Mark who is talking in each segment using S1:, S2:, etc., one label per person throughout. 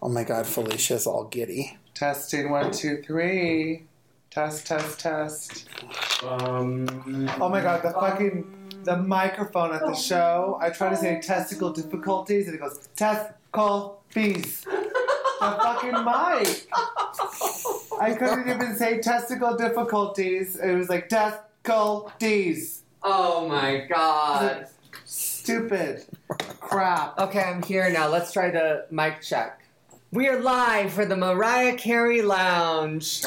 S1: Oh my god, Felicia's all giddy.
S2: Testing one, two, three. Test, test, test.
S3: Um,
S2: Oh my god, the fucking the microphone at the show. I try to say testicle difficulties and it goes testicle fees. The fucking mic. I couldn't even say testicle difficulties. It was like testicle D's.
S3: oh my god.
S2: Stupid. Crap.
S3: Okay, I'm here now. Let's try the mic check. We are live for the Mariah Carey Lounge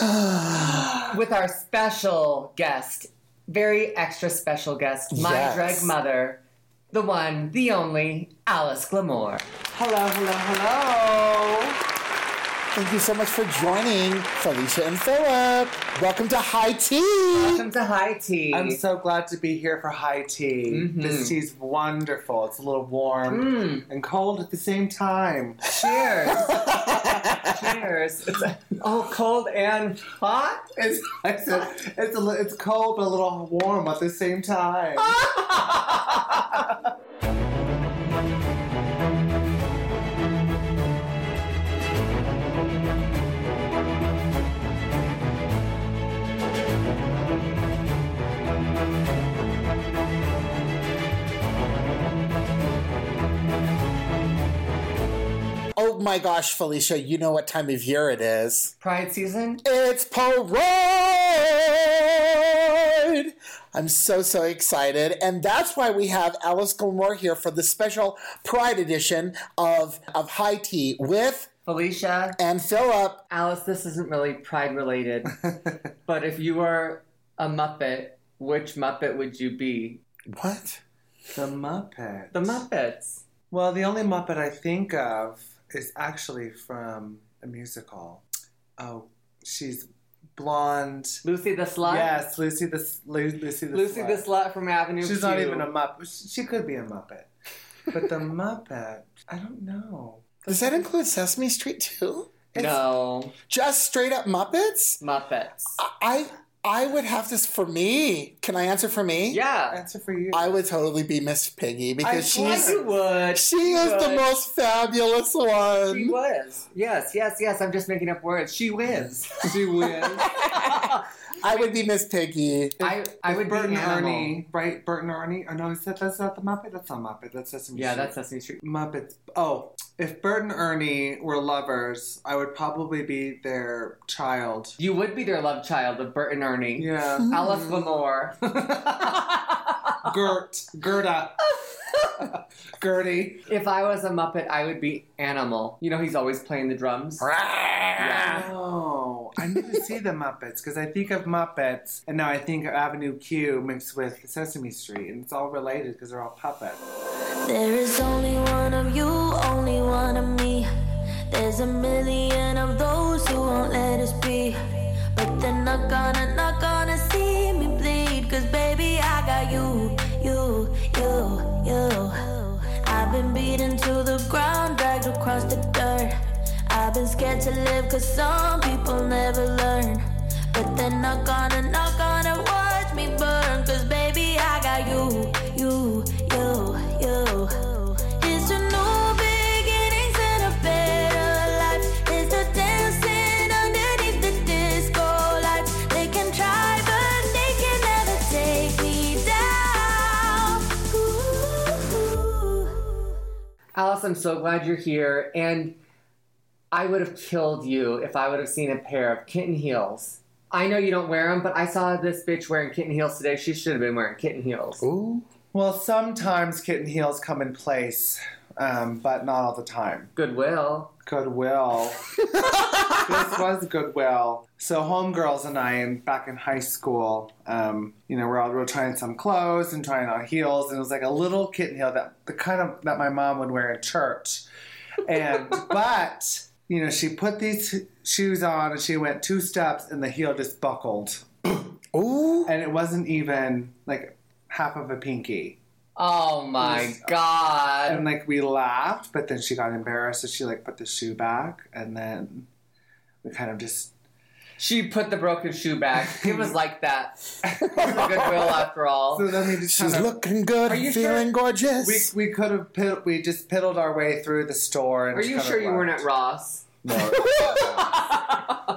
S3: with our special guest, very extra special guest, my
S1: Yes.
S3: drag mother, the one, the only, Alice Glamour.
S2: Hello, hello, hello.
S1: Thank you so much for joining Felicia and Philip. Welcome to High Tea.
S3: Welcome to High Tea.
S2: I'm so glad to be here for high tea.
S3: Mhm.
S2: This tea's wonderful. It's a little warm
S3: Mm,
S2: and cold at the same time.
S3: cheers. cheers. It's oh, cold and hot?
S2: It's, I said, it's, a, li- it's cold but a little warm at the same time.
S1: Oh my gosh, Felicia, you know what time of year it is.
S3: Pride season?
S1: It's parade! I'm so, so excited. And that's why we have Alice Gilmore here for the special Pride edition of, of High Tea with
S3: Felicia,
S1: and Philip.
S3: Alice, this isn't really pride related, but if you were a Muppet, which Muppet would you be?
S1: What?
S2: The Muppet.
S3: The Muppets.
S2: Well, the only Muppet I think of is actually from a musical. Oh, she's blonde.
S3: Lucy the Slut?
S2: Yes, Lucy the S- Lu- Lucy the
S3: Lucy
S2: Slut.
S3: the Slut from Avenue
S2: She's
S3: Q.
S2: not even a Muppet. She could be a Muppet, but the Muppet. I don't know.
S1: Does that include Sesame Street too?
S3: No.
S1: Just straight up Muppets?
S3: Muppets.
S1: I I would have this for me. Can I answer for me?
S3: Yeah.
S2: Answer for you.
S1: I would totally be Miss Piggy
S2: I
S1: because
S2: was-
S1: she's
S3: Yes, you would.
S1: she is the
S3: would.
S1: most fabulous
S3: She
S1: one.
S3: was. Yes, yes, yes. I'm just making up words. She wins.
S2: She wins.
S1: I would be Miss Piggy.
S3: I, I would
S2: Bert
S3: be
S2: and
S3: animal.
S2: Ernie, right? Bert and Ernie. Oh no, is that, that's not the Muppet. That's not Muppet. That's Sesame
S3: Yeah,
S2: Street.
S3: that's Sesame Street.
S2: Muppets. Oh, if Bert and Ernie were lovers, I would probably be their child.
S3: You would be their love child of Bert and Ernie.
S2: Yeah,
S3: Alice Lamore.
S2: Gert, Gerda, Gertie.
S3: if I was a Muppet, I would be Animal. You know, he's always playing the drums.
S2: Oh, I need to see the Muppets because I think of Muppets, and now I think of Avenue Q mixed with Sesame Street, and it's all related because they're all puppets.
S4: There is only one of you, only one of me. There's a million of those who won't let us be. But they're not gonna, not gonna see me bleed. Cause baby, I got you, you, you, you. I've been beaten to the ground, dragged across the dirt. I've been scared to live cause some people never learn. But they're not gonna, not gonna watch me burn. Cause baby, I got you, you, you, you. It's a new beginnings and a better life. It's the dancing underneath the disco lights. They can try, but they can never take me down. Ooh.
S3: Alice, I'm so glad you're here. And I would have killed you if I would have seen a pair of kitten heels. I know you don't wear them, but I saw this bitch wearing kitten heels today. She should have been wearing kitten heels.
S1: Ooh.
S2: Well, sometimes kitten heels come in place, um, but not all the time.
S3: Goodwill.
S2: Goodwill. this was Goodwill. So homegirls and I, and back in high school, um, you know, we're all we we're trying some clothes and trying on heels, and it was like a little kitten heel that the kind of that my mom would wear in church. And but you know, she put these shoes on and she went two steps, and the heel just buckled,
S1: Ooh.
S2: and it wasn't even like half of a pinky.
S3: Oh my god.
S2: And like we laughed, but then she got embarrassed, so she like put the shoe back, and then we kind of just
S3: She put the broken shoe back. It was like that. It was a goodwill after all.
S2: So then we just
S1: She's
S2: kind of,
S1: looking good,
S2: Are
S1: and
S2: you
S1: feeling
S2: sure?
S1: gorgeous.
S2: we we could have pid- we just piddled our way through the store. And
S3: Are
S2: just
S3: you
S2: kind of
S3: sure you
S2: left.
S3: weren't at Ross?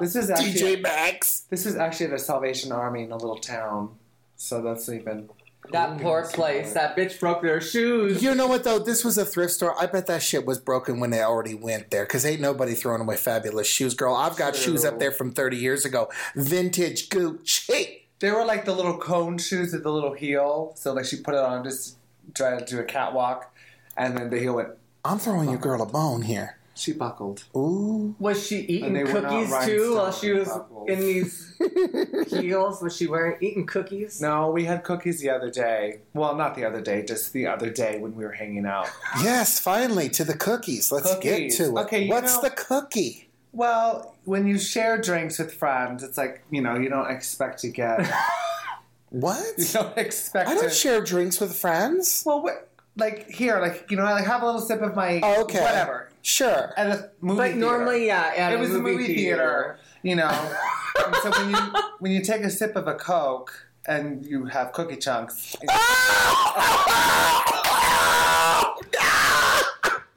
S2: This is actually
S1: DJ Maxx.
S2: this is actually the Salvation Army in a little town. So that's even
S3: That poor place. That bitch broke their shoes.
S1: You know what though? This was a thrift store. I bet that shit was broken when they already went there, because ain't nobody throwing away fabulous shoes, girl. I've got shoes up there from thirty years ago, vintage Gucci.
S2: They were like the little cone shoes with the little heel. So like she put it on just try to do a catwalk, and then the heel went.
S1: I'm throwing your girl a bone here.
S2: She buckled.
S1: Ooh,
S3: Was she
S2: And
S3: eating
S2: they were not
S3: cookies too while
S2: rhinestones,
S3: she was
S2: buckles.
S3: in these heels? Was she wearing eating cookies?
S2: No, we had cookies the other day. Well, not the other day, just the other day when we were hanging out.
S1: yes, finally to the cookies. Let's
S2: Cookies.
S1: get to it.
S2: Okay, you
S1: what's
S2: know-
S1: the cookie?
S2: well, when you share drinks with friends, it's like you know you don't expect to get.
S1: What?
S2: You don't expect.
S1: I don't
S2: to,
S1: share drinks with friends.
S2: Well, what, like here, like you know, I like have a little sip of my
S1: Oh, okay.
S2: whatever
S1: Sure.
S2: at a movie.
S3: But normally,
S2: theater.
S3: yeah, at
S2: it was a movie theater, you know. and so when you when you take a sip of a coke and you have cookie chunks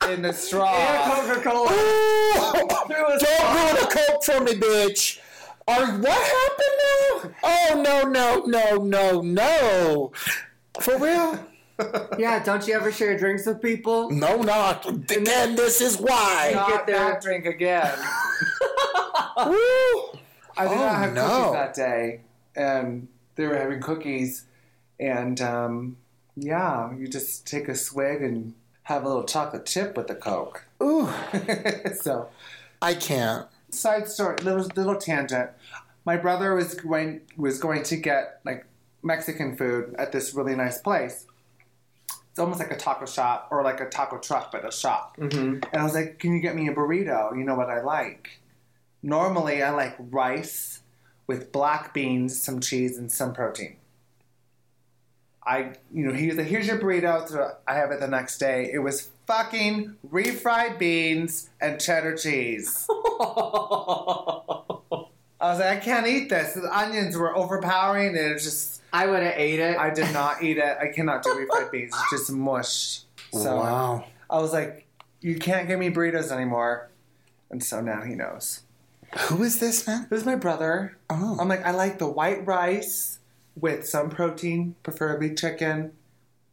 S2: in the straw,
S3: Coca Cola.
S1: Don't ruin a coke for me, bitch. Are what happened now? Oh no no no no no! For real?
S3: Yeah, don't you ever share drinks with people?
S1: No, not again. This is why.
S2: not
S3: get there.
S2: that drink again.
S1: Woo!
S2: I did
S1: Oh,
S2: not have
S1: no.
S2: cookies that day, and they were having cookies, and um, yeah, you just take a swig and have a little chocolate chip with the coke.
S1: Ooh,
S2: so.
S1: I can't.
S2: side story, little little tangent. My brother was going was going to get like Mexican food at this really nice place. It's almost like a taco shop or like a taco truck, but a shop.
S3: Mm-hmm.
S2: And I was like, "Can you get me a burrito? You know what I like. Normally, I like rice with black beans, some cheese, and some protein." I, you know, he was like, "Here's your burrito." So I have it the next day. It was fucking refried beans and cheddar cheese. I was like, I can't eat this. The onions were overpowering, and it was just.
S3: I would have ate it.
S2: I did not eat it. I cannot do refried beans. It's just mush. So
S1: wow.
S2: I was like, you can't give me burritos anymore. And so now he knows.
S1: Who is this man?
S2: It was my brother.
S1: Oh.
S2: I'm like, I like the white rice with some protein, preferably chicken,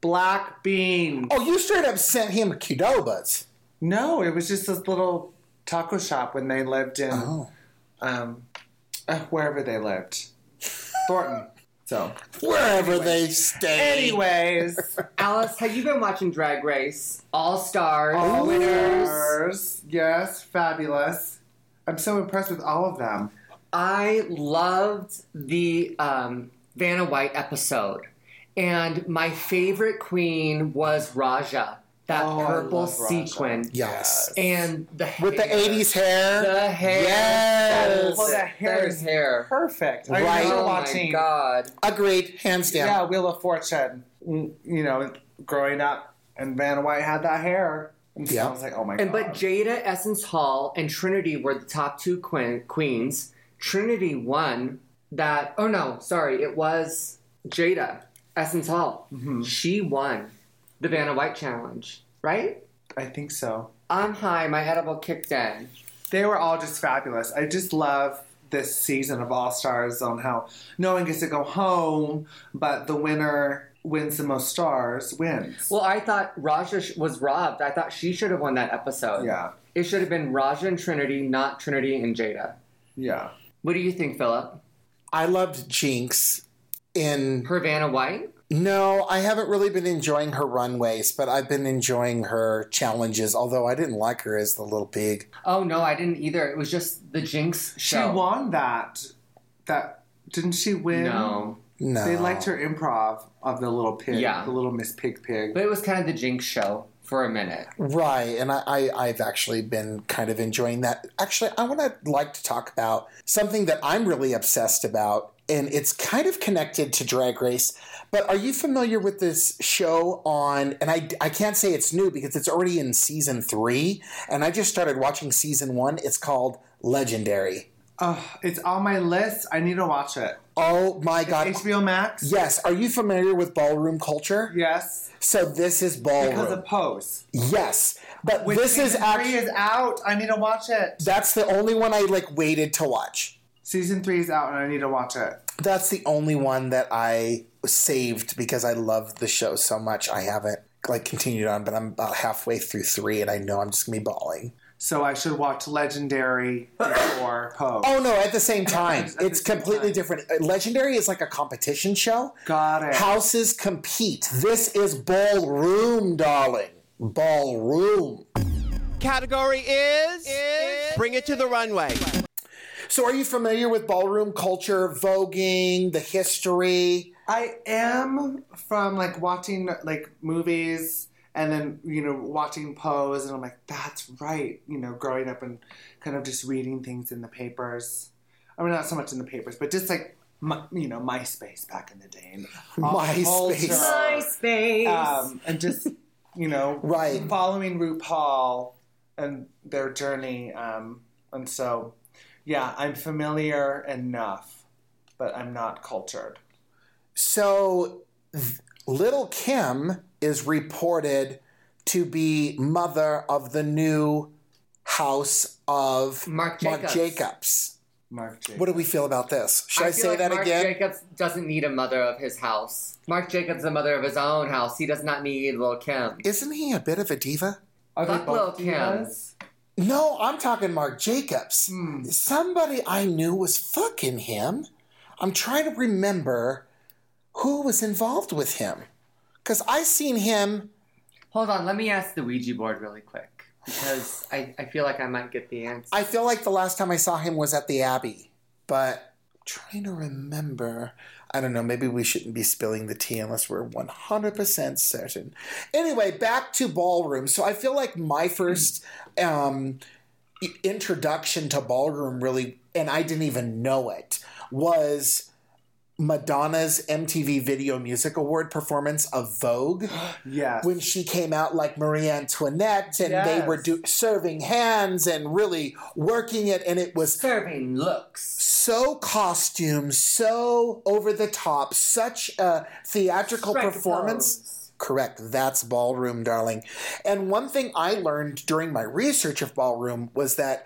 S2: black beans.
S1: Oh, you straight up sent him Qdobas.
S2: No, it was just this little taco shop when they lived in
S1: Oh.
S2: um, uh, wherever they lived, Thornton. So.
S1: Wherever they stay.
S2: Anyways,
S3: Alice, have you been watching Drag Race? All Stars,
S2: all
S3: winners.
S2: winners. Yes, fabulous. I'm so impressed with all of them.
S3: I loved the um, Vanna White episode, and my favorite queen was Raja. That
S2: Oh, I
S3: purple
S2: love Raja.
S3: sequin
S1: Yes.
S3: and the
S1: With the
S3: hair.
S1: 80s hair.
S3: the hair.
S1: Yes.
S2: Well, that hair
S3: That
S2: is
S3: hair.
S2: Perfect. Right.
S1: Right.
S2: I
S3: Oh
S2: remember
S3: my
S2: watching.
S3: god.
S1: Agreed. Hands down.
S2: Yeah, Wheel of Fortune. Mm, You know, growing up, and Vanna White had that hair. And so
S1: Yeah.
S2: I was like, oh my
S3: And
S2: god.
S3: but Jada Essence Hall and Trinity were the top two queen, queens. Trinity won that. Oh no, sorry, it was Jada Essence Hall.
S2: Mm-hmm.
S3: She won the Vanna White challenge, right?
S2: I think so.
S3: I'm high. My edible kicked in.
S2: They were all just fabulous. I just love this season of All Stars on how no one gets to go home, but the winner wins the most stars wins.
S3: Well, I thought Raja sh- was robbed. I thought she should have won that episode.
S2: yeah,
S3: it should have been Raja and Trinity, not Trinity and Jada.
S2: yeah.
S3: What do you think, Philip?
S1: I loved Jinx in
S3: Her Vanna White?
S1: No, I haven't really been enjoying her runways, but I've been enjoying her challenges, although I didn't like her as the little pig.
S3: Oh no, I didn't either. It was just the Jinx
S2: She
S3: show.
S2: won that. That didn't she win?
S3: No.
S1: No.
S2: They liked her improv of the little pig,
S3: Yeah.
S2: the little Miss Pig Pig.
S3: But it was kind of the Jinx show for a minute.
S1: Right. And I, I, I've actually been kind of enjoying that. Actually, I want to like to talk about something that I'm really obsessed about, and it's kind of connected to Drag Race. But are you familiar with this show on, and I, I can't say it's new because it's already in season three, and I just started watching season one. It's called Legendary.
S2: Ugh, it's on my list. I need to watch it.
S1: Oh my god.
S2: HBO Max.
S1: Yes, are you familiar with ballroom culture?
S2: Yes,
S1: So this is ballroom.
S2: because of Pose.
S1: yes, but
S2: Which
S1: this is
S2: season three
S1: actually
S2: is out. I need to watch it.
S1: that's the only one I like waited to watch.
S2: Season three is out, and I need to watch it.
S1: That's the only one that I saved because I loved the show so much. I haven't like continued on, but I'm about halfway through three, and I know I'm just gonna be bawling.
S2: So I should watch Legendary before Pose.
S1: Oh no! At the same time,
S2: At the
S1: it's
S2: same
S1: completely
S2: time.
S1: different. Uh, Legendary is like a competition show.
S2: got it.
S1: Houses compete. This is ballroom, darling. Ballroom.
S5: Category is, Bring It to the Runway.
S1: So, are you familiar with ballroom culture, voguing, the history?
S2: I am from like watching like movies and then you know watching Pose and I'm like that's right you know growing up and kind of just reading things in the papers. I mean not so much in the papers but just like my, you know MySpace back in the day and all
S1: MySpace.
S2: culture,
S3: space.
S2: um, and just you know
S1: Right.
S2: following RuPaul and their journey um, and so yeah I'm familiar enough but I'm not cultured.
S1: So, th- Little Kim is reported to be mother of the new house of
S3: Mark
S1: Mark
S3: Jacobs.
S1: Jacobs.
S2: Mark Jacobs.
S1: What do we feel about this? Should I,
S3: feel
S1: say
S3: like
S1: that
S3: Mark
S1: again?
S3: Jacobs doesn't need a mother of his house. Mark Jacobs is a mother of his own house. He does not need Lil Kim.
S1: Isn't he a bit of a diva?
S2: Are
S3: Fuck Lil'
S2: divas?
S1: No, I'm talking Mark Jacobs.
S3: Hmm.
S1: Somebody I knew was fucking him. I'm trying to remember who was involved with him. Because I seen him.
S3: Hold on, let me ask the Ouija board really quick because I, I feel like I might get the answer.
S1: I feel like the last time I saw him was at the Abbey, but I'm trying to remember. I don't know. Maybe we shouldn't be spilling the tea unless we're 100% certain. Anyway, back to ballroom. So I feel like my first um, i- introduction to ballroom really, and I didn't even know it, was Madonna's MTV Video Music Award performance of Vogue
S2: Yes.
S1: when she came out like Marie Antoinette and they
S2: Yes.
S1: were do- serving hands and really working it and it was
S3: Serving looks.
S1: so costumed, so over the top, such a theatrical performance. Correct. That's ballroom, darling. And one thing I learned during my research of ballroom was that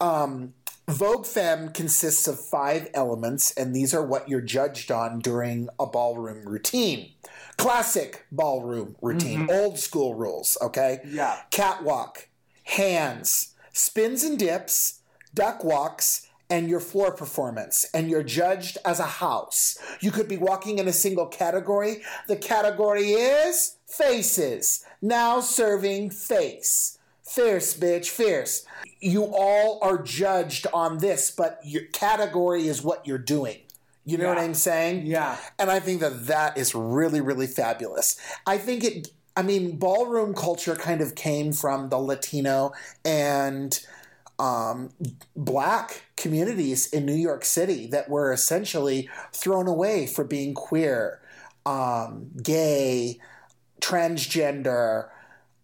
S1: um, Vogue Femme consists of five elements, and these are what you're judged on during a ballroom routine. Classic ballroom routine, old school rules, okay?
S2: Yeah.
S1: Catwalk, hands, spins and dips, duck walks, and your floor performance, and you're judged as a house. You could be walking in a single category. The category is faces. Now serving face. Fierce, bitch, fierce. You all are judged on this, but your category is what you're doing. You know what
S2: Yeah.
S1: I'm saying?
S2: Yeah.
S1: And I think that that is really, really fabulous. I think it, I mean, ballroom culture kind of came from the Latino and um, black communities in New York City that were essentially thrown away for being queer, um, gay, transgender,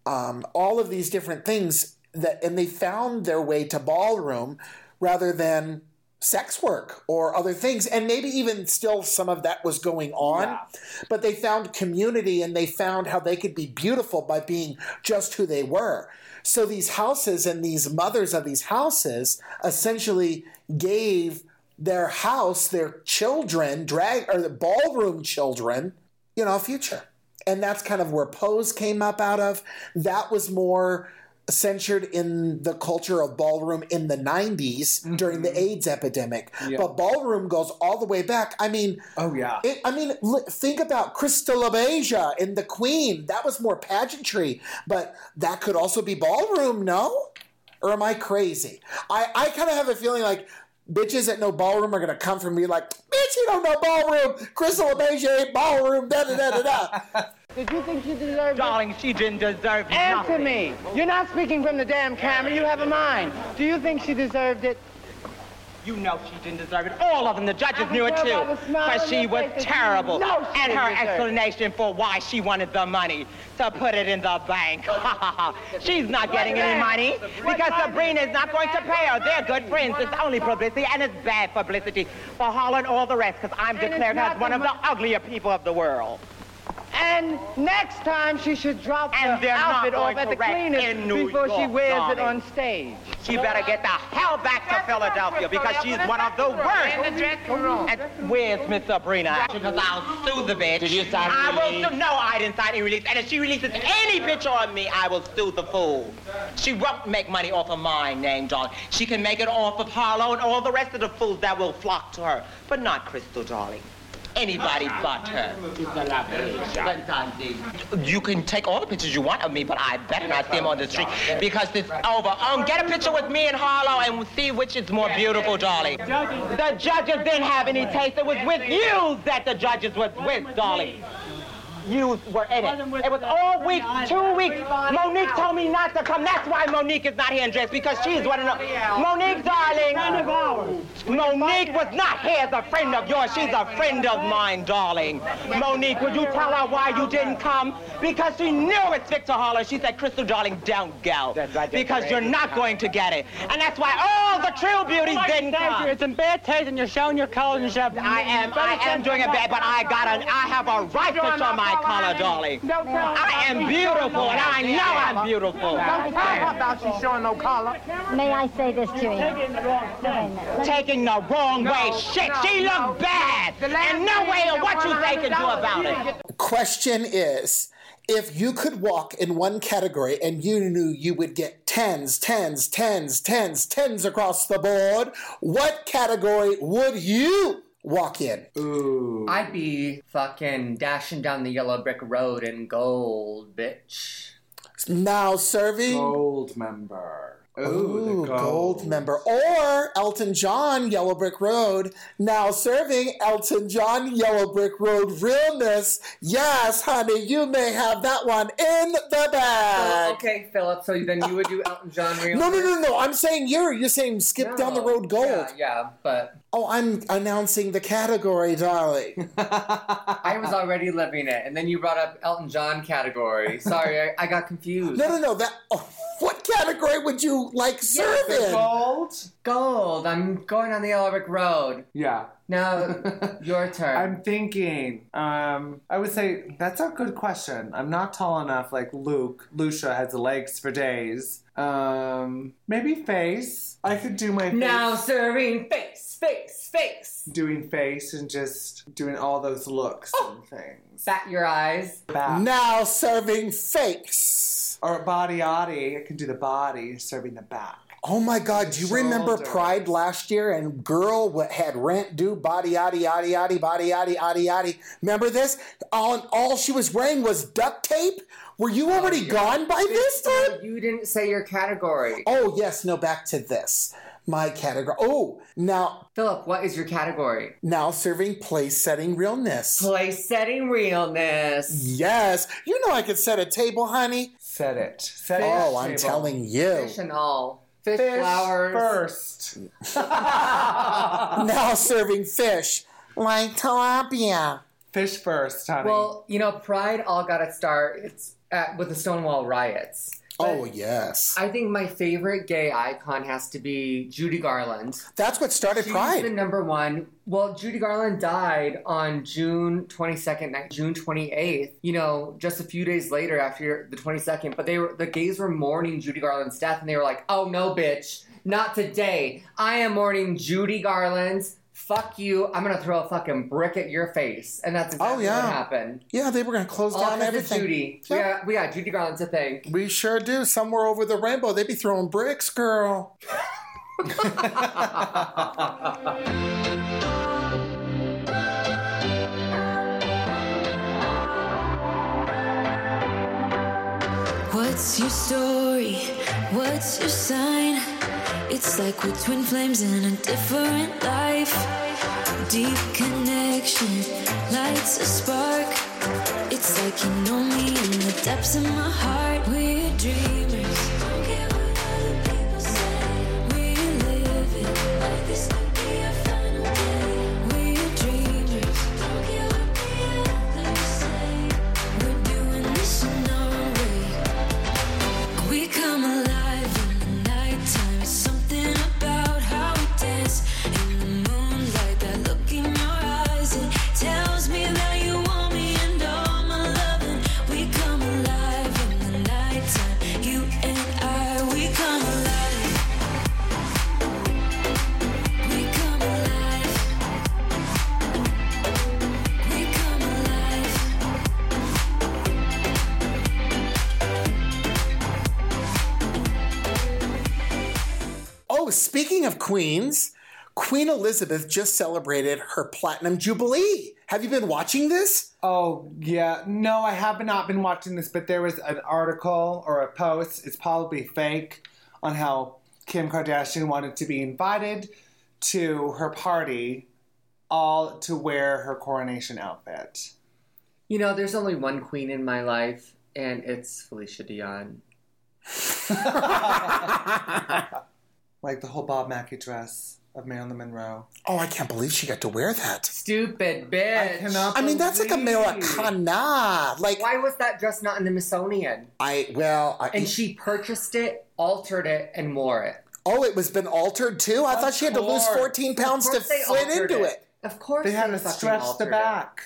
S1: um, all of these different things that, and they found their way to ballroom rather than sex work or other things and maybe even still some of that was going on
S2: Yeah.
S1: but they found community and they found how they could be beautiful by being just who they were so these houses and these mothers of these houses essentially gave their house their children drag or the ballroom children you know, future. And that's kind of where Pose came up out of. That was more censured in the culture of ballroom in the 90s during the AIDS epidemic.
S2: Yeah.
S1: But ballroom goes all the way back. I mean,
S2: Oh yeah.
S1: it, I mean, l- think about Crystal Asia in The Queen. That was more pageantry, but that could also be ballroom, no? Or am I crazy? I, I kind of have a feeling like bitches that know ballroom are going to come for me like, bitch, you don't know ballroom. Crystal Asia ain't ballroom, da da da da da.
S6: Did you think you deserved it?
S7: Darling, she didn't deserve
S6: Answer me. You're not speaking from the damn camera. You have a mind. Do you think she deserved it?
S7: You know she didn't deserve it. All of them, the judges
S6: I
S7: knew it
S6: can tell by
S7: too.
S6: the smile
S7: But
S6: on
S7: she
S6: your
S7: was
S6: face that you
S7: terrible.
S6: know she
S7: and
S6: didn't
S7: her
S6: deserve it.
S7: explanation for why she wanted the money to put it in the bank. She's not getting any money because Sabrina is not going to pay her. They're good friends. It's only publicity and it's bad publicity for Harlan and all the rest because I'm
S6: And it's
S7: declared
S6: not
S7: as one
S6: the
S7: of the
S6: mon-
S7: uglier people of the world.
S6: And next time she should drop
S7: And
S6: her
S7: they're not
S6: outfit off
S7: going
S6: at the
S7: to wreck
S6: cleaners
S7: in New
S6: before she
S7: York,
S6: wears it
S7: darling.
S6: on stage.
S7: She better get the hell back to Philadelphia because she's one of the worst. And where's Miss Sabrina? Because I'll sue the bitch. Did you sign I will sue. No, I didn't sign any release. And if she releases any picture on me, I will sue the fool. She won't make money off of my name, darling. She can make it off of Harlow and all the rest of the fools that will flock to her, but not Crystal, darling. Anybody but her. You can take all the pictures you want of me, but I better not see them on the street because it's over. Um, get a picture with me and Harlow and we'll see which is more beautiful, darling. The judges didn't have any taste. It was with you that the judges was with, darling. You were in it. It was all week, two weeks. Monique told me not to come. That's why Monique is not here and dressed because she's one of the. Monique, darling. Monique was not here as a friend of yours. She's a friend of mine, darling. Monique, would you tell her why you didn't come? Because she knew it's Victor Holler. She said, Crystal, darling, don't go. Because you're not going to get it. And that's why all the true beauties didn't come.
S6: in bad taste and you're showing your colors and stuff.
S7: I am, I am doing it bad, but I got an, I have a right to show my color, darling.
S6: Don't tell her
S7: I am beautiful, and I know I'm beautiful.
S6: Don't tell her about she's showing no color.
S8: May I say this to you? Wait a minute. Let me-
S7: Taking the wrong way, shit. She looked bad, and no way of what you they can do about it.
S1: Question is if you could walk in one category and you knew you would get tens, tens, tens, tens, tens across the board, what category would you walk in?
S3: I'd be fucking dashing down the yellow brick road in gold, bitch.
S1: Now serving.
S2: Gold member. Ooh,
S1: Ooh, gold member. Or Elton John, Yellow Brick Road. Now serving Elton John, Yellow Brick Road realness. Yes, honey, you may have that one in the bag.
S3: So, Oh, okay, Philip. So then you would do Elton John real?
S1: Uh, No, no, no, no. I'm saying you're. You're saying skip down the road gold.
S3: Yeah, yeah, but
S1: Oh, I'm announcing the category, darling.
S3: I was already living it, and then you brought up Elton John category. Sorry, I, I got confused.
S1: no, no, no. That. Oh, what category would you like serve in?
S2: Gold?
S3: Gold. I'm going on the yellow brick road.
S2: Yeah.
S3: Now, your turn.
S2: I'm thinking. Um, I would say that's a good question. I'm not tall enough like Luke. Lucia has legs for days. Um, maybe face. I could do my face.
S3: now serving face, face, face.
S2: doing face and just doing all those looks and things.
S3: Bat your eyes.
S2: Back.
S1: Now serving fakes.
S2: Or body body. I can do the body serving the back.
S1: Oh my God! Do you remember
S2: Shoulders.
S1: Pride last year and girl what had rent due body yaddy yaddy yaddy body yaddy yaddy yaddy? Remember this? All all she was wearing was duct tape. Were you already gone by this time?
S3: You didn't say your category.
S1: Oh yes, no. Back to this. My category. Oh, now
S3: Philip, what is your category?
S1: now serving place setting realness.
S3: Place setting realness.
S1: Yes, you know I could set a table, honey.
S2: Set it. Set it.
S1: Oh, I'm
S2: Table.
S1: telling you.
S3: Fish and all. Fish,
S2: Fish
S3: flowers.
S2: first.
S1: Now serving fish like tilapia.
S2: Fish first, honey.
S3: Well, you know, Pride all got its start it's at, with the Stonewall riots.
S1: Oh yes,
S3: I think my favorite gay icon has to be Judy Garland.
S1: that's what started
S3: She's the
S1: Pride.
S3: number one. Well, Judy Garland died on June 22nd, ni- June 28th, you know, just a few days later after the 22nd. But they were, the gays were mourning Judy Garland's death and they were like, oh no, bitch, not today. I am mourning Judy Garland's. Fuck you. I'm going to throw a fucking brick at your face. And that's exactly
S1: Oh, yeah.
S3: what happened.
S1: Yeah, they were going to close
S3: All
S1: down
S3: because of
S1: everything.
S3: Judy.
S1: Yep.
S3: Yeah, we got Judy Garland to thank.
S1: We sure do. Somewhere over the rainbow, they be throwing bricks, girl.
S4: What's your story? What's your sign? It's like we're twin flames in a different life. Deep connection lights a spark. It's like you know me in the depths of my heart. We're dreamers. Don't care what other people say. We live it like this could be
S1: Oh, speaking of queens, Queen Elizabeth just celebrated her platinum jubilee. Have you been watching this?
S2: Oh, yeah. No, I have not been watching this, but there was an article or a post, it's probably fake, on how Kim Kardashian wanted to be invited to her party all to wear her coronation outfit.
S3: You know, there's only one queen in my life, and it's Felicia Dion.
S2: Like the whole Bob Mackie dress of Marilyn Monroe.
S1: Oh, I can't believe she got to wear that.
S3: Stupid bitch.
S2: I cannot
S1: I mean, that's like a Americana. Like
S3: Why was that dress not in the Smithsonian?
S1: I well, I,
S3: And she purchased it, altered it, and wore it.
S1: oh, it was been altered too. I thought she had to lose
S3: course.
S1: fourteen pounds
S3: Of
S1: to
S3: course they
S1: fit
S3: altered
S1: into it.
S3: Of course
S2: They had to
S3: fucking
S2: stretch the
S3: altered it.
S2: back.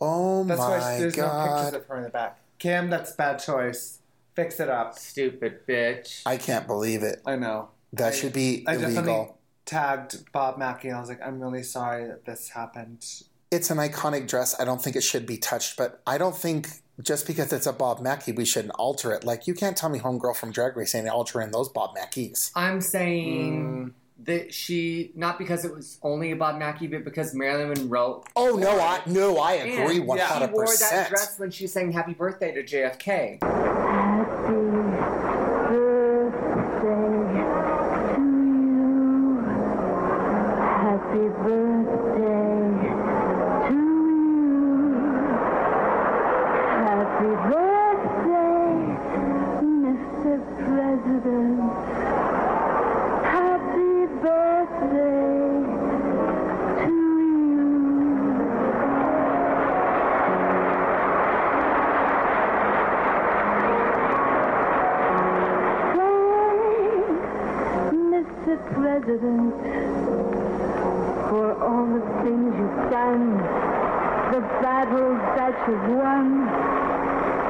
S1: Oh
S2: That's why
S1: my
S2: there's no
S1: god!
S2: pictures of her in the back. Kim, that's a bad choice. Fix it up.
S3: Stupid bitch.
S1: I can't believe it.
S2: I know.
S1: That should be
S2: I definitely
S1: illegal.
S2: tagged Bob Mackie. I was like, I'm really sorry that this happened.
S1: It's an iconic dress. I don't think it should be touched, but I don't think just because it's a Bob Mackie, we shouldn't alter it. Like you can't tell me homegirl from Drag Race ain't altering those Bob Mackies.
S3: I'm saying that she, not because it was only about Mackie, but because Marilyn Monroe.
S1: Oh no, I no, I agree
S3: And
S1: one
S3: She
S1: hundred
S3: wore that
S1: percent.
S3: dress when she sang Happy Birthday to JFK.
S4: Happy birthday to you. Happy birthday, Mr. President. Happy birthday to you. Thanks, Mr. President, for all the things you've done, the battles that you've won,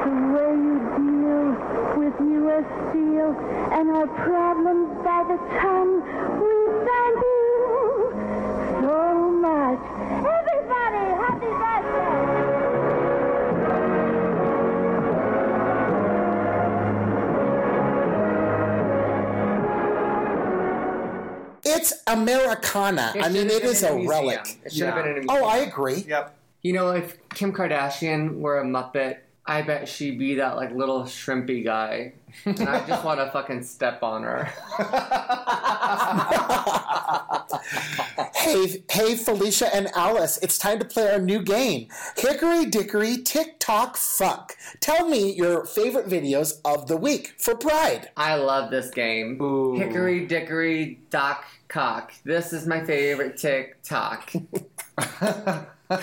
S4: the way you deal with U.S. Steel and our problems by the ton. We thank you so much. Everybody, happy birthday!
S1: It's Americana. I mean, it is a relic.
S3: It should have
S2: Yeah.
S3: been in a museum.
S1: Oh, I agree.
S2: Yep.
S3: You know, if Kim Kardashian were a Muppet, I bet she'd be that like little shrimpy guy. And I just want to fucking step on her.
S1: Hey, hey, Felicia and Alice, it's time to play our new game Hickory Dickory Tick Tock Fuck. Tell me your favorite videos of the week for Pride.
S3: I love this game.
S2: Ooh.
S3: Hickory dickory dock cock. This is my favorite TikTok. I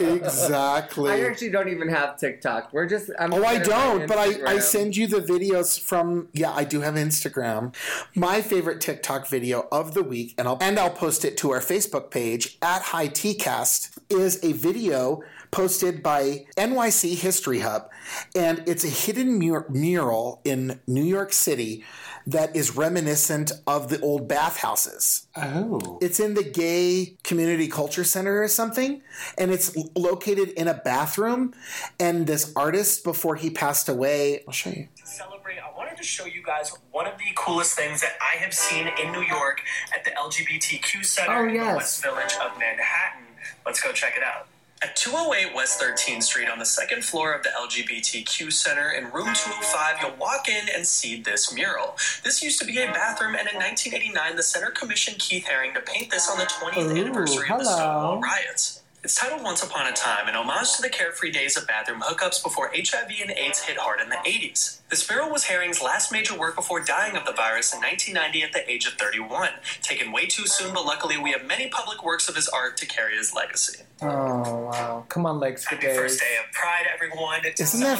S1: Exactly.
S3: actually don't even have TikTok. We're just I'm
S1: Oh, I don't, but I, I
S3: Instagram.
S1: send you the videos from, yeah, I do have Instagram. My favorite TikTok video of the week, and I'll, and I'll post it to our Facebook page at High Tcast, is a video posted by NYC History Hub. And it's a hidden mur- mural in New York City that is reminiscent of the old bathhouses
S2: Oh.
S1: it's in the gay community culture center or something and it's l- located in a bathroom and this artist before he passed away i'll show you
S9: celebrate, I wanted to show you guys one of the coolest things that I have seen in New York at the LGBTQ Center
S3: Oh,
S9: in
S3: yes.
S9: the West Village of Manhattan. Let's go check it out. At 208 West 13th Street on the second floor of the LGBTQ Center in room 205, you'll walk in and see this mural. This used to be a bathroom, and in 1989, the center commissioned Keith Haring to paint this on the 20th
S2: Ooh,
S9: anniversary of the
S2: hello.
S9: Stonewall riots. It's titled Once Upon a Time, an homage to the carefree days of bathroom hookups before HIV and AIDS hit hard in the 80s. This mural was Herring's last major work before dying of the virus in 1990 at the age of 31. Taken way too soon, but luckily we have many public works of his art to carry his legacy.
S2: Oh, wow. Come on, legs for
S9: Happy first
S2: days.
S9: day of Pride, everyone. It's
S1: isn't that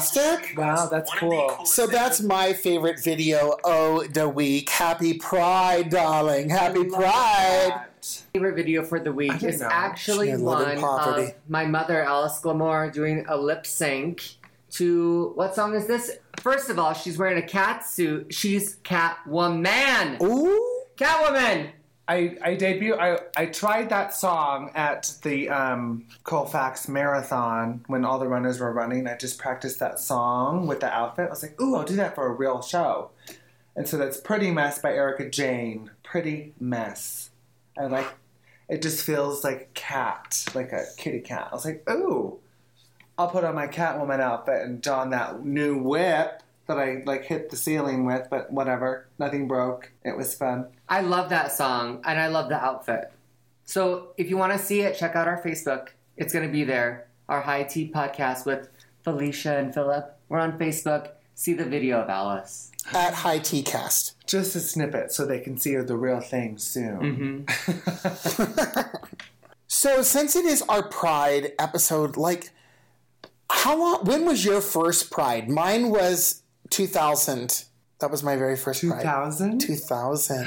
S1: fantastic
S2: Wow, that's
S9: one of the
S2: cool.
S9: coolest
S1: so
S9: things-
S1: that's my favorite video oh the week happy pride darling happy pride
S3: favorite video for the
S2: I
S3: week
S2: didn't
S3: is
S2: know.
S1: She
S3: actually
S1: had lived in
S3: one
S1: poverty.
S3: of my mother, Alice Gilmore, doing a lip sync to what song is this? First of all, she's wearing a cat suit. She's Catwoman.
S1: ooh
S3: Catwoman.
S2: I, I debut I, I tried that song at the um, Colfax Marathon when all the runners were running. I just practiced that song with the outfit. I was like, ooh, I'll do that for a real show. And so that's Pretty Mess by Erica Jane. Pretty Mess. I like it just feels like a cat, like a kitty cat. I was like, ooh. I'll put on my Catwoman outfit and don that new whip that I like hit the ceiling with, but whatever. Nothing broke. It was fun.
S3: I love that song and I love the outfit. So if you want to see it, check out our Facebook. It's going to be there. Our High Tea podcast with Felicia and Philip. We're on Facebook. See the video of Alice.
S1: At High Tea Cast.
S2: Just a snippet so they can see the real thing soon.
S1: So since it is our Pride episode, like how long when was your first Pride? Mine was 2000. That was my very first Pride.
S2: 2000?
S1: 2000.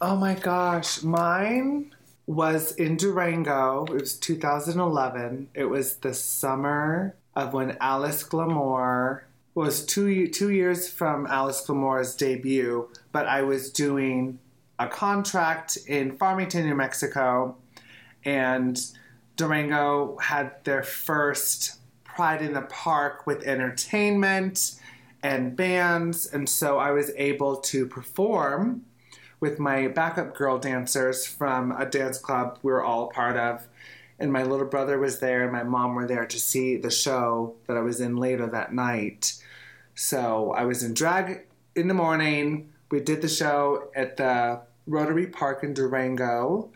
S2: Oh my gosh, mine was in Durango. It was 2011. It was the summer of when Alice Glamour was two ye- two years from Alice Glamour's debut, but I was doing a contract in Farmington, New Mexico, and Durango had their first Pride in the Park with entertainment and bands, and so I was able to perform with my backup girl dancers from a dance club we were all a part of. And my little brother was there, and my mom were there to see the show that I was in later that night. So I was in drag in the morning. We did the show at the Rotary Park in Durango.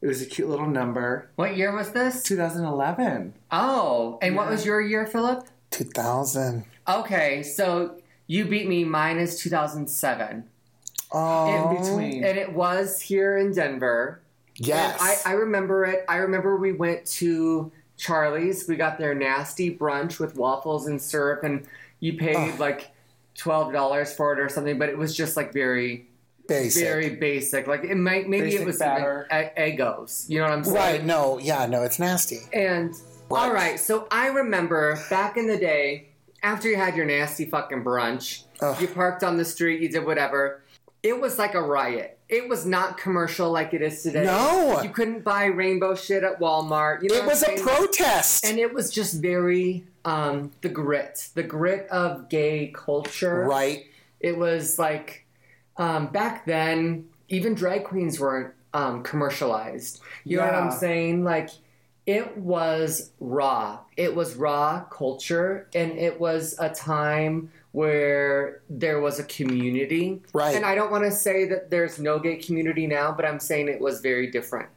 S2: It was a cute little number.
S3: What year was this?
S2: 2011.
S3: Oh, and what was your year, Philip?
S1: 2000.
S3: Okay, so you beat me. Mine is 2007.
S1: Oh,
S2: In between.
S3: And it was here in Denver.
S1: yes.
S3: I, I remember it. I remember we went to Charlie's. We got their nasty brunch with waffles and syrup, and you paid like twelve dollars for it or something. But it was just like very,
S1: Basic.
S3: very basic. Like it might maybe
S2: Basic
S3: it was
S2: batter.
S3: like e- egos. You know what I'm saying?
S1: right. No. Yeah. No. It's nasty.
S3: And all right, so I remember back in the day, after you had your nasty fucking brunch,
S1: Ugh.
S3: you parked on the street, you did whatever. It was like a riot. It was not commercial like it is today.
S1: No.
S3: you couldn't buy rainbow shit at Walmart. You know
S1: It
S3: what
S1: was
S3: I'm
S1: a
S3: saying?
S1: protest.
S3: and it was just very um, the grit, the grit of gay culture.
S1: right.
S3: It was like um, back then, even drag queens weren't um, commercialized. You know what I'm
S2: Yeah.
S3: saying? Like, it was raw. It was raw culture, and it was a time where there was a community.
S1: Right.
S3: And I don't want to say that there's no gay community now, but I'm saying it was very different.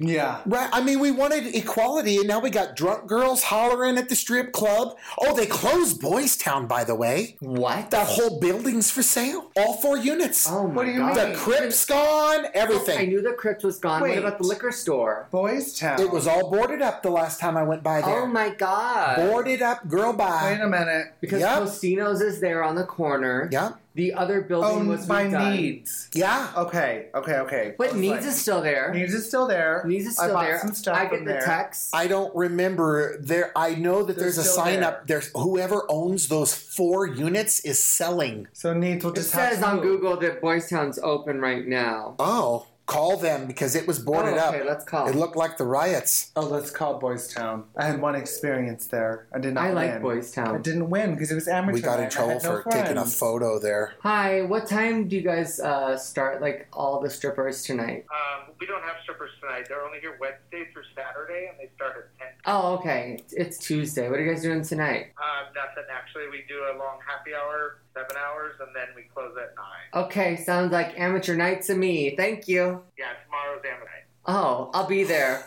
S2: Yeah.
S1: Right. I mean, we wanted equality, and now we got drunk girls hollering at the strip club. Oh, they closed Boys Town, by the way.
S3: What?
S1: That whole building's for sale. All four units.
S3: oh my
S2: What do you
S3: God.
S2: mean?
S1: the Crips gone.
S3: I
S1: Everything.
S3: knew the crypt was gone.
S2: Wait.
S3: What about the liquor store?
S2: Boys Town.
S1: It was all boarded up the last time I went by there.
S3: Oh my God.
S1: boarded up, girl.
S2: Wait
S1: Bye.
S2: a minute.
S3: Because
S1: Yep.
S3: Costino's is there on the corner.
S1: Yeah.
S3: The other building
S2: Oh,
S3: was
S2: by
S3: redone.
S2: needs.
S1: Yeah.
S2: Okay, okay, okay. I
S3: But
S2: was
S3: needs
S2: like-
S3: is still there.
S2: needs is still there.
S3: needs is
S2: I
S3: still
S2: bought
S3: there.
S2: Some stuff
S3: I get
S2: from
S3: the
S2: there.
S3: text.
S1: I don't remember there. I know that
S2: They're
S1: there's a
S2: still
S1: sign
S2: there.
S1: up. There's whoever owns those four units is selling.
S2: So needs will
S3: it
S2: just have
S3: says
S2: to
S3: on
S2: move.
S3: Google that Boys Town's open right now.
S1: Oh, call them because it was boarded
S3: Oh, okay,
S1: up.
S3: let's call.
S1: It looked like the riots.
S2: Oh, let's call Boys Town. I had one experience there. I did not.
S3: I
S2: win.
S3: like Boys Town.
S2: I didn't win because it was amateur.
S1: We got in
S2: night. I
S1: trouble
S2: had no
S1: for taking a
S2: friends.
S1: photo there.
S3: Hi, what time do you guys uh, start like all the strippers tonight?
S10: Um, we don't have strippers tonight. They're only here Wednesday through Saturday, and they start at 10.
S3: Oh, okay. It's Tuesday. What are you guys doing tonight?
S10: Um, nothing, actually. We do a long happy hour, seven hours, and then we close at 9.
S3: Okay, sounds like amateur night to me. Thank you.
S10: Yeah, tomorrow's Ammonite.
S3: Oh, I'll be there.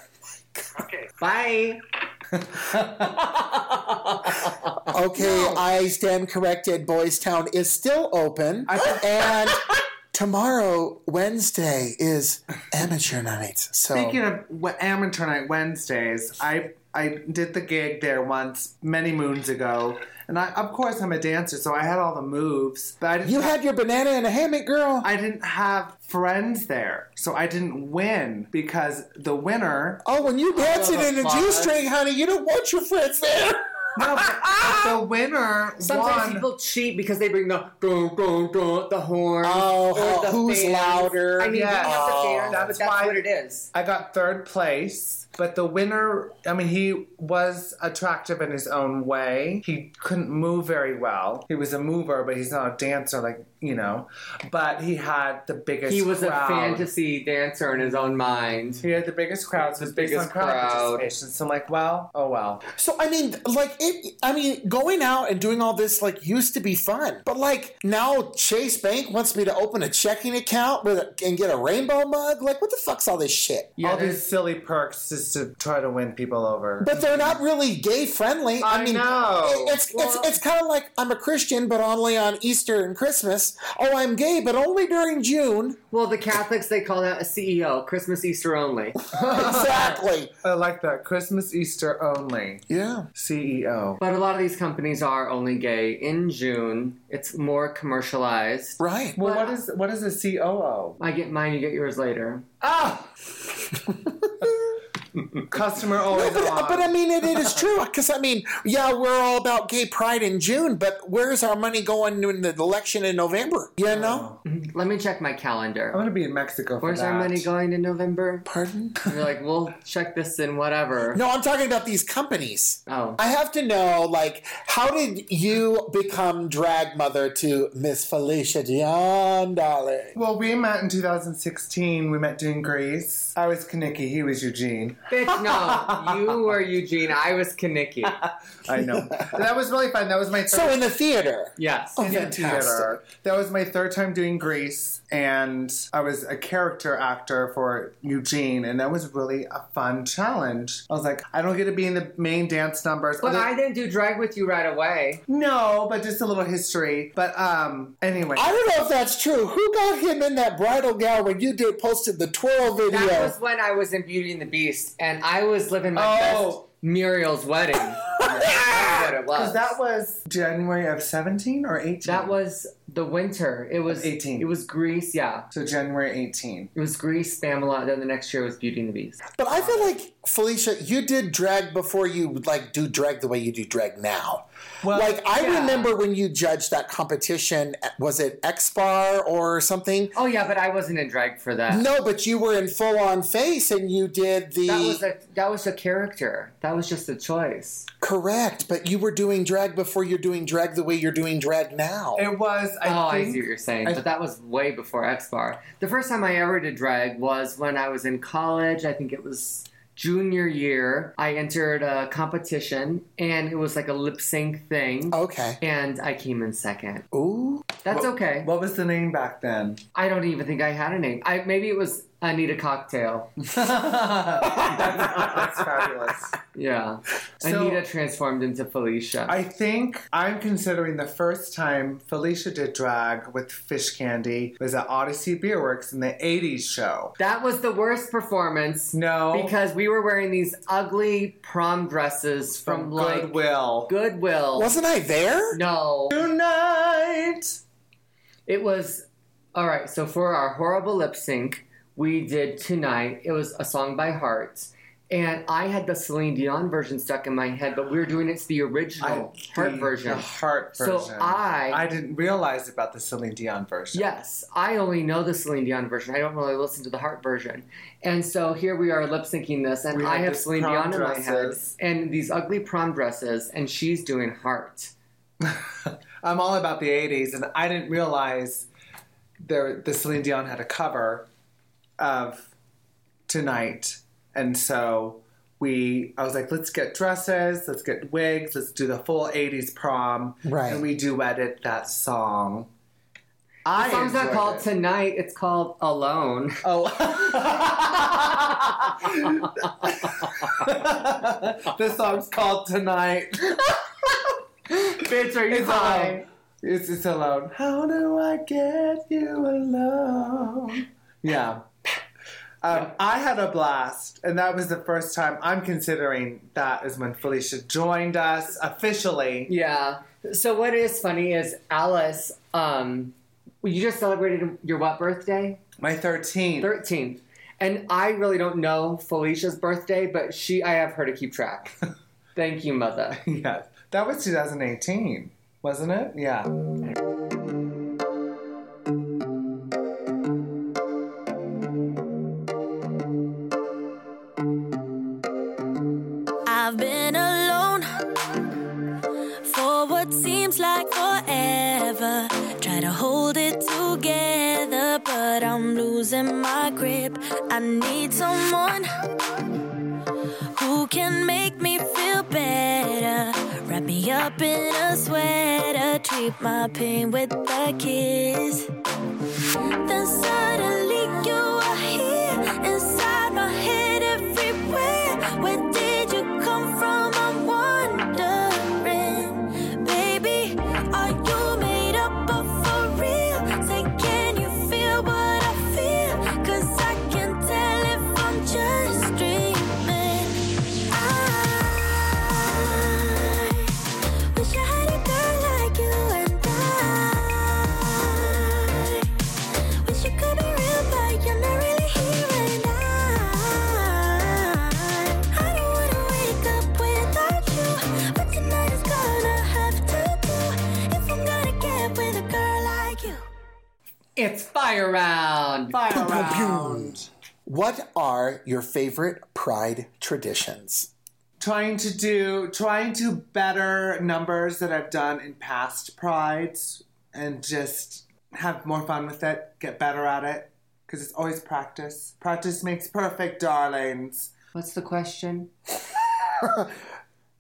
S10: Okay.
S3: Bye.
S2: Oh,
S1: Okay, I stand corrected. Boys Town is still open, and tomorrow, Wednesday, is amateur night. So
S2: Speaking of we- amateur night Wednesdays, I I did the gig there once many moons ago, and I of course I'm a dancer, so I had all the moves, but I didn't
S1: you had your banana and a hammock, girl.
S2: I didn't have friends there, so I didn't win because the winner
S1: oh, when you dancing
S3: love
S1: in a
S3: applause.
S1: g string, honey, you don't want your friends there.
S2: No, but the winner
S3: Sometimes
S2: won.
S3: people cheat because they bring the dun, dun, dun, the horn.
S1: Oh,
S3: or the
S1: who's
S3: fans.
S1: louder?
S3: I mean,
S2: Yes.
S3: we have the
S1: Oh.
S3: fans, but
S2: That's
S3: that's,
S2: why-
S3: what it is.
S2: I got third place, but the winner, I mean, he was attractive in his own way. He couldn't move very well. He was a mover, but he's not a dancer, like, you know. But he had the biggest
S3: He was
S2: crowd.
S3: a fantasy dancer in his own mind.
S2: He had the biggest crowds with biggest on
S3: biggest
S2: crowd,
S3: crowd.
S2: participation. So I'm like, well, oh well.
S1: So I mean, like it. I mean, going out and doing all this like used to be fun, but like now Chase Bank wants me to open a checking account with a, and get a rainbow mug. Like, what the fuck's all this shit?
S2: Yeah, All these
S3: there's-
S2: silly perks just to try to win people over.
S1: But they're not really gay friendly. I,
S2: I
S1: mean,
S2: know.
S1: it- it's
S2: Well-
S1: it's it's kind of like I'm a Christian, but only on Easter and Christmas. Oh, I'm gay, but only during June.
S3: Well, the Catholics they call that a CEO, Christmas Easter only.
S1: Exactly.
S2: I like that. Christmas, Easter only. E
S1: yeah.
S2: CEO.
S3: But a lot of these companies are only gay in June. It's more commercialized.
S1: Right.
S2: Well, what is what is a COO?
S3: I get mine, you get yours later.
S2: Ah! Customer always
S1: But,
S2: on.
S1: but I mean, it, it is true because I mean, yeah, we're all about gay pride in June, but where's our money going in the election in November? You know?
S3: Let me check my calendar.
S2: I'm gonna be in Mexico for
S3: Where's our
S2: that.
S3: money going in November?
S1: Pardon?
S3: You're like, we'll check this in whatever.
S1: No, I'm talking about these companies.
S3: Oh.
S1: I have to know, like, how did you become drag mother to Miss Felicia Giandale?
S2: Well, we met in 2016. We met doing Greece. I was Kaniki. He was Eugene.
S3: Bitch, no. You were Eugene. I was Kaniki.
S2: I know. that was really fun. That was my third
S1: So in the theater.
S3: Yes.
S1: Oh,
S2: in the theater. That was my third time doing Grease, and I was a character actor for Eugene, and that was really a fun challenge. I was like, I don't get to be in the main dance numbers.
S3: But
S2: Although-
S3: I didn't do drag with you right away.
S2: no, but just a little history. But um, anyway.
S1: I don't know if that's true. Who got him in that bridal gown when you did posted the twirl video?
S3: That was when I was in Beauty and the Beast, and I was living my best
S2: Oh,
S3: Muriel's wedding. That's what it was.
S2: because that was January of 17 or 18?
S3: That was the winter. It was
S2: 18.
S3: It was Greece, yeah.
S2: So January 18.
S3: It was Greece, Spamalot. Then the next year was Beauty and the Beast.
S1: But I feel like Felicia, you did drag before you like do drag the way you do drag now.
S2: Well,
S1: like I
S3: yeah.
S1: remember when you judged that competition, at- was it X Bar or something?
S3: Oh yeah, but I wasn't in drag for that.
S1: No, but you were in full on face and you did the
S3: That was a that was a character. That was just a choice.
S1: correct. But you were doing drag before you're doing drag the way you're doing drag now.
S2: It was, I
S3: oh,
S2: think.
S3: I see what you're saying,
S2: I-
S3: but that was way before X Bar. The first time I ever did drag was when I was in college. I think it was junior year. I entered a competition, and it was like a lip sync thing,
S1: Okay.
S3: and I came in second.
S1: Ooh.
S3: That's
S2: Oh. Well-
S3: okay.
S2: What was the name back then?
S3: I don't even think I had a name. I maybe it was Anita Cocktail.
S2: that's fabulous.
S3: Yeah,
S2: So-
S3: Anita transformed into Felicia.
S2: I think I'm considering the first time Felicia did drag with fish candy was at Odyssey Beerworks in the 80s show.
S3: that was the worst performance.
S2: No,
S3: Because we were wearing these ugly prom dresses from,
S2: from
S3: like
S2: Goodwill.
S3: Goodwill.
S1: Wasn't I there?
S3: No,
S2: Tonight.
S3: it was all right. So for our horrible lip sync, we did tonight. It was a song by Heart, and I had the Celine Dion version stuck in my head, but we were doing it to the original Heart
S2: the-
S3: version.
S2: The heart
S3: So
S2: version.
S3: I-
S2: I didn't realize about the Celine Dion version.
S3: Yes, I only know the Celine Dion version. I don't really listen to the Heart version. And so here we are lip syncing this, and
S2: We
S3: I
S2: had
S3: have
S2: these
S3: Celine
S2: prom
S3: Dion in my head
S2: dresses.
S3: and these ugly prom dresses, and she's doing Heart.
S2: I'm all about the 80s, and I didn't realize there, the Celine Dion had a cover of Tonight. And so we, I was like, let's get dresses, let's get wigs, let's do the full 80s prom.
S1: Right.
S2: And we duetted that song.
S3: The song's not
S2: enjoyed
S3: called
S2: it.
S3: Tonight, it's called Alone.
S2: Oh. the song's called Tonight.
S3: Bitch, are you
S2: It's
S3: high?
S2: alone. It's, it's alone. How do I get you alone? Yeah. Um, I had a blast, and that was the first time I'm considering that is when Felicia joined us officially.
S3: Yeah. So what is funny is Alice, um, you just celebrated your what birthday?
S2: My 13th.
S3: 13th. And I really don't know Felicia's birthday, but she, I have her to keep track. Thank you, mother.
S2: yes. That was 2018, wasn't it? Yeah.
S4: I've been alone for what seems like forever. Try to hold it together, but I'm losing my grip. I need someone who can make me feel better. Wrap me up in a sweater, treat my pain with a kiss. Then suddenly you are here inside my head everywhere. Where did you come from? I'm wondering, baby. Are you made up of for real? Say, can you feel what I feel? Cause I can tell if I'm just dreaming. I wish I had a girl like you and I. Wish you could be real, but you're not really here. And I, I don't wanna wake up without you. But tonight is gonna have to do if I'm gonna get with a girl like you.
S3: It's fire round. Fire round.
S1: What are your favorite Pride traditions?
S2: trying to do trying to better numbers that I've done in past prides and just have more fun with it, get better at it because it's always practice. Practice makes perfect, darlings.
S3: What's the question?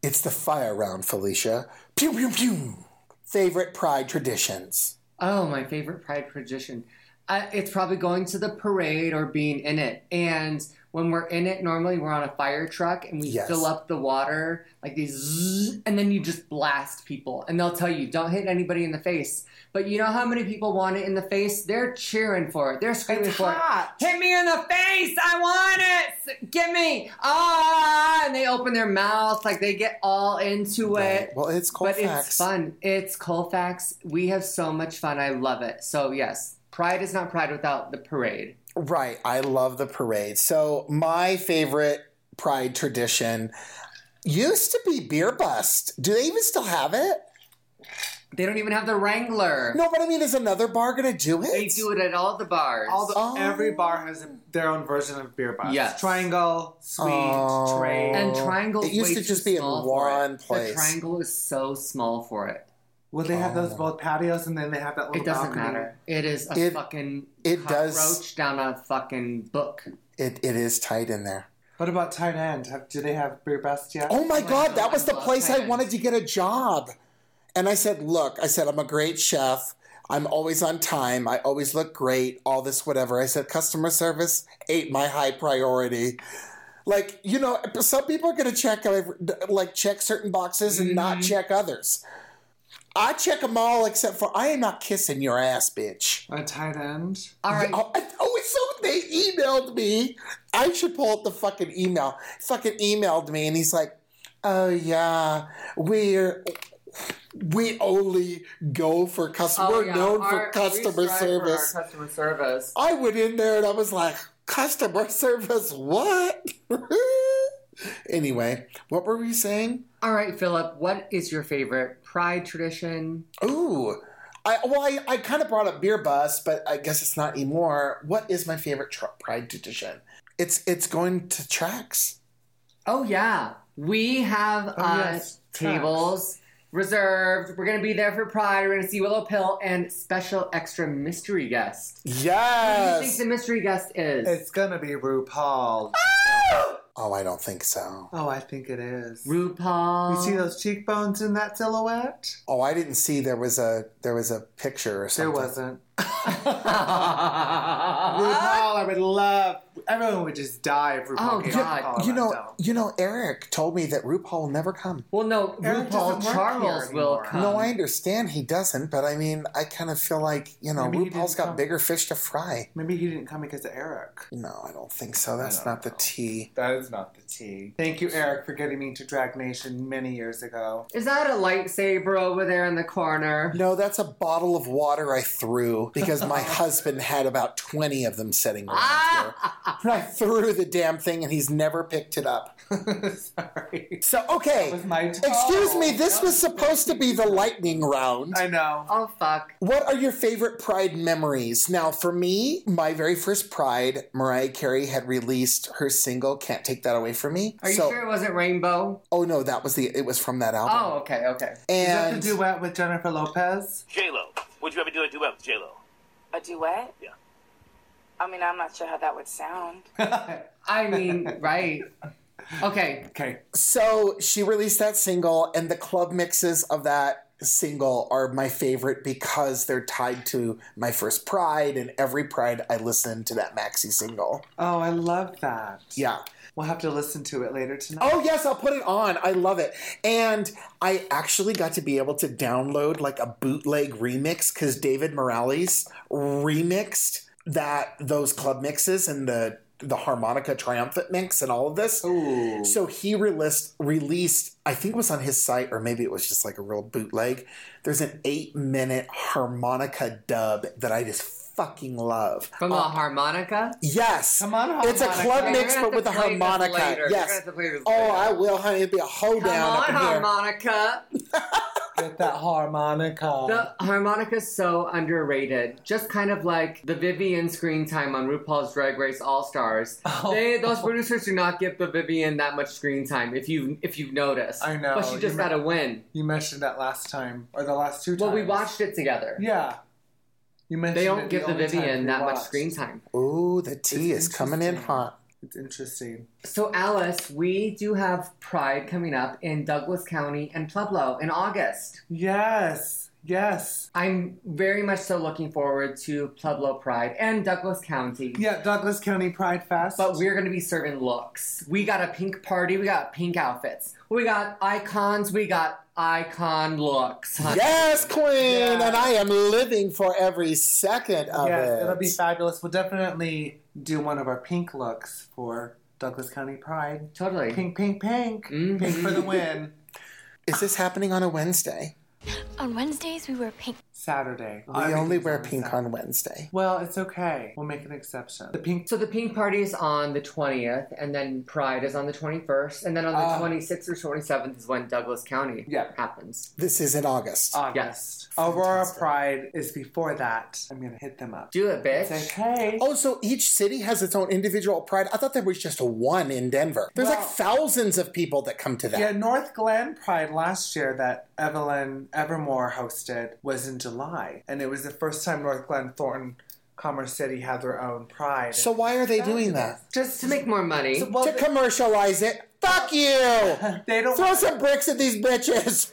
S1: It's the fire round, Felicia. Pew pew pew. Favorite Pride traditions.
S3: Oh, my favorite pride tradition. Uh, it's probably going to the parade or being in it. And when we're in it, normally we're on a fire truck and we
S1: Yes.
S3: fill up the water like these, zzz, and then you just blast people. And they'll tell you, don't hit anybody in the face. But you know how many people want it in the face? They're cheering for it. They're screaming
S2: It's
S3: for
S2: hot.
S3: it. Hit me in the face! I want it! S- Give me! Ah! And they open their mouth like they get all into it.
S1: Well, it's
S3: But
S1: Colfax.
S3: it's fun. It's Colfax. We have so much fun. I love it. So yes, Pride is not Pride without the parade.
S1: Right. I love the parade. So, my favorite pride tradition used to be beer bust. Do they even still have it?
S3: They don't even have the Wrangler.
S1: No, but I mean, is another bar going to do it?
S3: They do it at all the bars.
S2: All the,
S1: Oh.
S2: Every bar has their own version of beer bus.
S3: Yes.
S2: Triangle, sweet,
S1: Oh.
S2: tray.
S3: and triangle.
S1: It used
S3: way
S1: to
S3: too
S1: just be in
S3: small for it.
S1: one place.
S3: The triangle is so small for it.
S2: Well, they have those both patios, and then they have that little
S3: It doesn't
S2: balcony.
S3: matter. It is a
S1: It-
S3: fucking
S1: it does-
S3: cockroach down a fucking book.
S1: It, it is tight in there.
S2: What about tight end? Have, do they have beer best yet?
S1: Oh my God, that
S3: God,
S1: was the
S3: I love
S1: place I
S3: it.
S1: wanted to get a job. And I said, Look, I said, I'm a great chef. I'm always on time. I always look great, all this, whatever. I said, Customer service ain't my high priority. Like, you know, some people are going to check, every- like, check certain boxes and not check others. I check them all except for I am not kissing your ass, bitch.
S2: A tight end.
S3: All right.
S1: Oh, I- oh, so they emailed me. I should pull up the fucking email. Fucking emailed me, and he's like, "Oh yeah, we're we only go for customer.
S3: Oh,
S1: we're
S3: yeah.
S1: known
S3: Our-
S1: for
S3: we
S1: customer
S3: strive for our
S1: service."
S3: customer service.
S1: I went in there and I was like, "Customer service? What?" anyway, what were we saying?
S3: All right, Philip. What is your favorite Pride tradition?
S1: Ooh. I, well, I, I kind of brought up beer bus, but I guess it's not anymore. What is my favorite tr- pride tradition? It's it's going to tracks.
S3: Oh yeah, we have
S2: Oh,
S3: uh,
S2: yes,
S3: tables reserved. We're gonna be there for Pride. We're gonna see Willow Pill and special extra mystery guest. Who do you think
S1: Yes.
S3: the mystery guest is?
S2: It's gonna be RuPaul.
S3: Ah.
S1: Oh, I don't think so.
S2: Oh, I think it is.
S3: RuPaul.
S2: You
S1: Um,
S2: see those cheekbones in that silhouette?
S1: Oh, I didn't see there was a there was a picture or
S2: There
S1: something.
S2: wasn't.
S1: Ah!
S3: oh
S2: RuPaul, I would love. Everyone would just die if RuPaul
S3: Oh,
S2: came
S3: God.
S2: to Colorado.
S1: You know, you know, Eric told me that RuPaul will never come.
S3: well, no,
S2: Eric
S3: RuPaul
S2: doesn't work
S3: Charles
S2: here
S3: will
S2: anymore.
S3: come.
S1: no, I understand he doesn't, but I mean, I kind of feel like you know,
S2: Maybe he
S1: RuPaul's
S2: didn't
S1: got
S2: come.
S1: bigger fish to fry.
S2: Maybe he didn't come because of Eric.
S1: No, I don't think so. That's
S2: don't
S1: not the
S2: know.
S1: tea.
S2: That is not the tea. Thank you, Eric, for getting me to Drag Nation many years ago.
S3: Is that a lightsaber over there in the corner?
S1: No, that's a bottle of water I threw. two because my husband had about 20 of them sitting
S3: Ah!
S1: around here. And I threw the damn thing and he's never picked it up. Sorry. So, okay. Excuse me, this was supposed to be the lightning round. I
S2: know.
S3: Oh, fuck.
S1: What are your favorite Pride memories? Now, for me, my very first Pride, Mariah Carey had released her single, Can't Take That Away From Me.
S3: Are you
S1: So-
S3: sure it wasn't Rainbow?
S1: Oh, no, that was the, it was from that
S2: Uh-huh.
S1: album.
S3: Oh, okay, okay.
S1: And
S2: Is that the duet with Jennifer Lopez?
S11: J Lo. Would you ever do a duet with J Lo?
S12: A duet?
S11: Yeah.
S12: Uh, I mean, I'm not sure how that would sound.
S3: I mean, right. Okay.
S2: Okay.
S1: So she released that single, and the club mixes of that single are my favorite because they're tied to my first Pride, and every Pride I listen to that maxi single.
S2: Oh, I love that.
S1: Yeah.
S2: We'll have to listen to it later tonight.
S1: Oh yes, I'll put it on. I love it. And I actually got to be able to download like a bootleg remix because David Morales remixed that those club mixes and the the harmonica triumphant mix and all of this.
S2: Mm.
S1: So he released released I think it was on his site or maybe it was just like a real bootleg. There's an eight minute harmonica dub that I just fucking love.
S3: From the harmonica?
S1: Yes. Come on, It's a
S3: harmonica.
S1: club
S3: You're
S1: mix,
S3: gonna
S1: but with a
S3: have to play this
S1: harmonica.
S3: later. You're
S1: Yes.
S3: gonna have to play this
S1: oh, I will, honey. It'll be a hoedown
S3: Come
S1: up
S3: on,
S1: in
S3: harmonica.
S2: Get that harmonica.
S3: The harmonica's so underrated. Just kind of like the Vivian screen time on RuPaul's Drag Race All Stars.
S1: Oh.
S3: They those producers do not give the Vivian that much screen time. If you if you've noticed,
S2: I know.
S3: But she
S2: You
S3: just
S2: me-
S3: got to win.
S2: You mentioned that last time, or the last two times.
S3: Well, we watched it together.
S2: Yeah. You mentioned
S3: They
S2: it
S3: don't give the
S2: only time
S3: Vivian
S2: we
S3: that much
S2: watched.
S3: screen time.
S1: here. Ooh, the tea is coming in hot.
S2: It's interesting.
S3: So, Alice, we do have Pride coming up in Douglas County and Pueblo in August.
S2: Yes, yes.
S3: I'm very much so looking forward to Pueblo Pride and Douglas County.
S2: Yeah, Douglas County Pride Fest.
S3: But we're going to be serving looks. We got a pink party. We got pink outfits. We got icons. We got icon looks. honey.
S1: Yes, Queen, and I am living for every second of
S2: Yes,
S1: it.
S2: it'll be fabulous. We'll definitely do one of our pink looks for Douglas County Pride.
S3: Totally.
S2: Pink, pink, pink.
S3: Mm-hmm.
S2: Pink for the win.
S1: Is this happening on a Wednesday?
S13: On Wednesdays, we were pink.
S2: Saturday.
S1: We only wear pink on Wednesday.
S2: Well, it's okay. We'll make an exception. The pink.
S3: So the pink party is on the 20th, and then Pride is on the 21st, and then on the
S2: Ah.
S3: 26th or 27th is when Douglas County
S2: Yeah.
S3: happens.
S1: This is in August.
S2: August.
S3: Yes.
S2: Aurora Pride is before that. I'm gonna hit them up.
S3: Do it, bitch.
S2: It's okay.
S1: Oh, so each city has its own individual pride. I thought there was just one in Denver. There's like
S2: Well-
S1: thousands of people that come to that.
S2: Yeah, North Glen Pride last year that Evelyn Evermore hosted was in July, and it was the first time North Glen Thornton Commerce City had their own Pride.
S1: So why are they doing that?
S2: just
S3: To make more money.
S2: well,
S1: to commercialize it? Fuck you!
S2: they don't
S1: Throw some bricks at these bitches.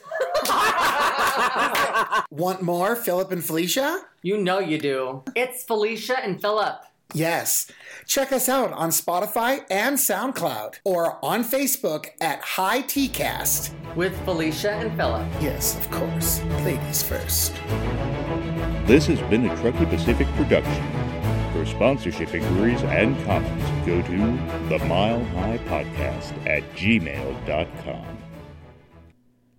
S1: Want more, Philip and Felicia?
S3: You know you do. It's Felicia and Philip.
S1: Yes. Check us out on Spotify and SoundCloud or on Facebook at High TCast.
S3: With Felicia and Philip.
S1: Yes, of course. Ladies first.
S14: This has been a Truckee Pacific production. For sponsorship inquiries and comments, go to the Mile High Podcast at gmail.com.